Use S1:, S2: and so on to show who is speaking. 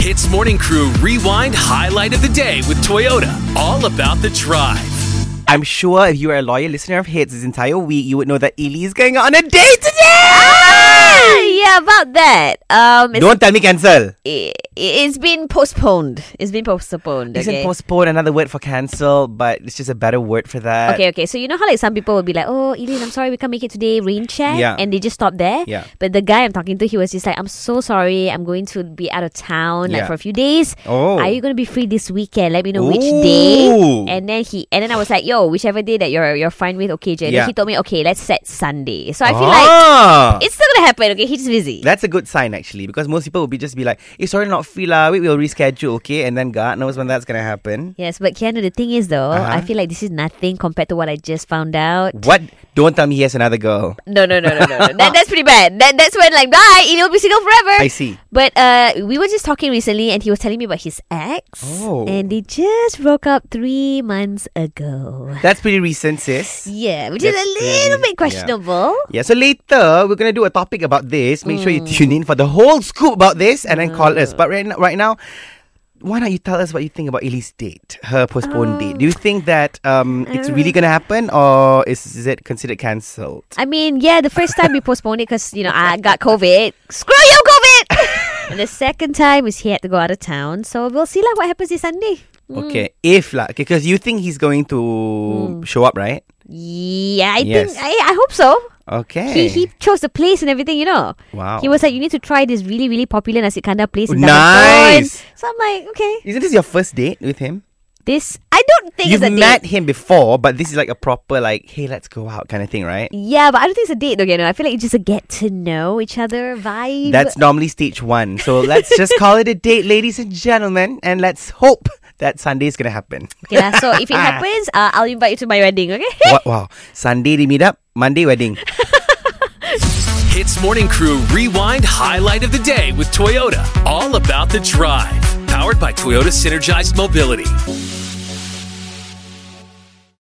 S1: Hits Morning Crew Rewind Highlight of the Day with Toyota. All about the drive.
S2: I'm sure if you are a loyal listener of Hits this entire week, you would know that Ellie's going on a date today!
S3: yeah, about that. Um, it's,
S2: Don't tell me cancel.
S3: it, it's been postponed. It's been postponed.
S2: Isn't
S3: Okay?
S2: postpone another word for cancel, but it's just a better word for that.
S3: Okay, okay. So you know how like some people will be like, "Oh, Eileen, I'm sorry, we can't make it today. Rain check,"
S2: Yeah.
S3: and they just stop there.
S2: Yeah.
S3: But the guy I'm talking to, he was just like, "I'm so sorry, I'm going to be out of town like
S2: Yeah.
S3: for a few days.
S2: Oh.
S3: Are you going to be free this weekend? Let me know which day."
S2: Ooh.
S3: And then he, and then I was like, "Yo, whichever day that you're you're fine with, okay." Jay. And
S2: Yeah.
S3: then he told me, "Okay, let's set Sunday." So I feel like
S2: Ah!
S3: it's still gonna happen. Okay, he's busy.
S2: That's a good sign actually, because most people will be just be like, "It's sorry, not free lah. Wait, we'll reschedule, okay?" And then God knows when that's gonna happen.
S3: Yes, but Keanu, the thing is though,
S2: Uh-huh.
S3: I feel like this is nothing compared to what I just found out.
S2: What? Don't tell me he has another girl.
S3: No, no, no, no, no. no. that, that's pretty bad. That, that's when like, bye, it'll be single forever.
S2: I see.
S3: But uh, we were just talking recently, and he was telling me about his ex,
S2: Oh.
S3: and they just broke up three months ago.
S2: That's pretty recent, sis.
S3: Yeah, which is
S2: That's
S3: a little
S2: really-
S3: bit questionable.
S2: Yeah, so later we're gonna do a topic about this. Make sure you
S3: Hmm.
S2: tune in for the whole scoop about this, and then call us. But right now, right now, why don't you tell us what you think about Ellie's date, her postponed date? Do you think that um, it's really gonna happen, or is, is it considered cancelled?
S3: I mean, yeah, the first time we postponed it because you know I got COVID. Screw you, COVID. and the second time is he had to go out of town, so we'll see like what happens this Sunday.
S2: Okay, if lah, because you think he's going to
S3: Hmm.
S2: show up, right?
S3: Yeah, I
S2: Yes.
S3: think I, I hope so.
S2: Okay.
S3: He, he chose the place and everything, you know.
S2: Eh. Wow.
S3: He was like, you need to try this really, really popular nasi kandar place in
S2: Nice.
S3: Damaton." So I'm like, okay.
S2: Isn't this your first date with him?
S3: This I don't think
S2: You've
S3: it's a
S2: met
S3: date.
S2: him before, but this is like a proper like, hey, let's go out kind of thing, right?
S3: Yeah, but I don't think it's a date. Okay, no, I feel like it's just a get to know each other vibe.
S2: That's normally stage one. So let's just call it a date, ladies and gentlemen, and let's hope that Sunday is gonna happen.
S3: okay. lah. so if it happens, uh, I'll invite you to my wedding. Okay.
S2: wow, wow. Sunday they meet up, Monday wedding.
S1: Hits Morning Crew Rewind Highlight of the Day with Toyota. All about the drive. Powered by Toyota Synergized Mobility.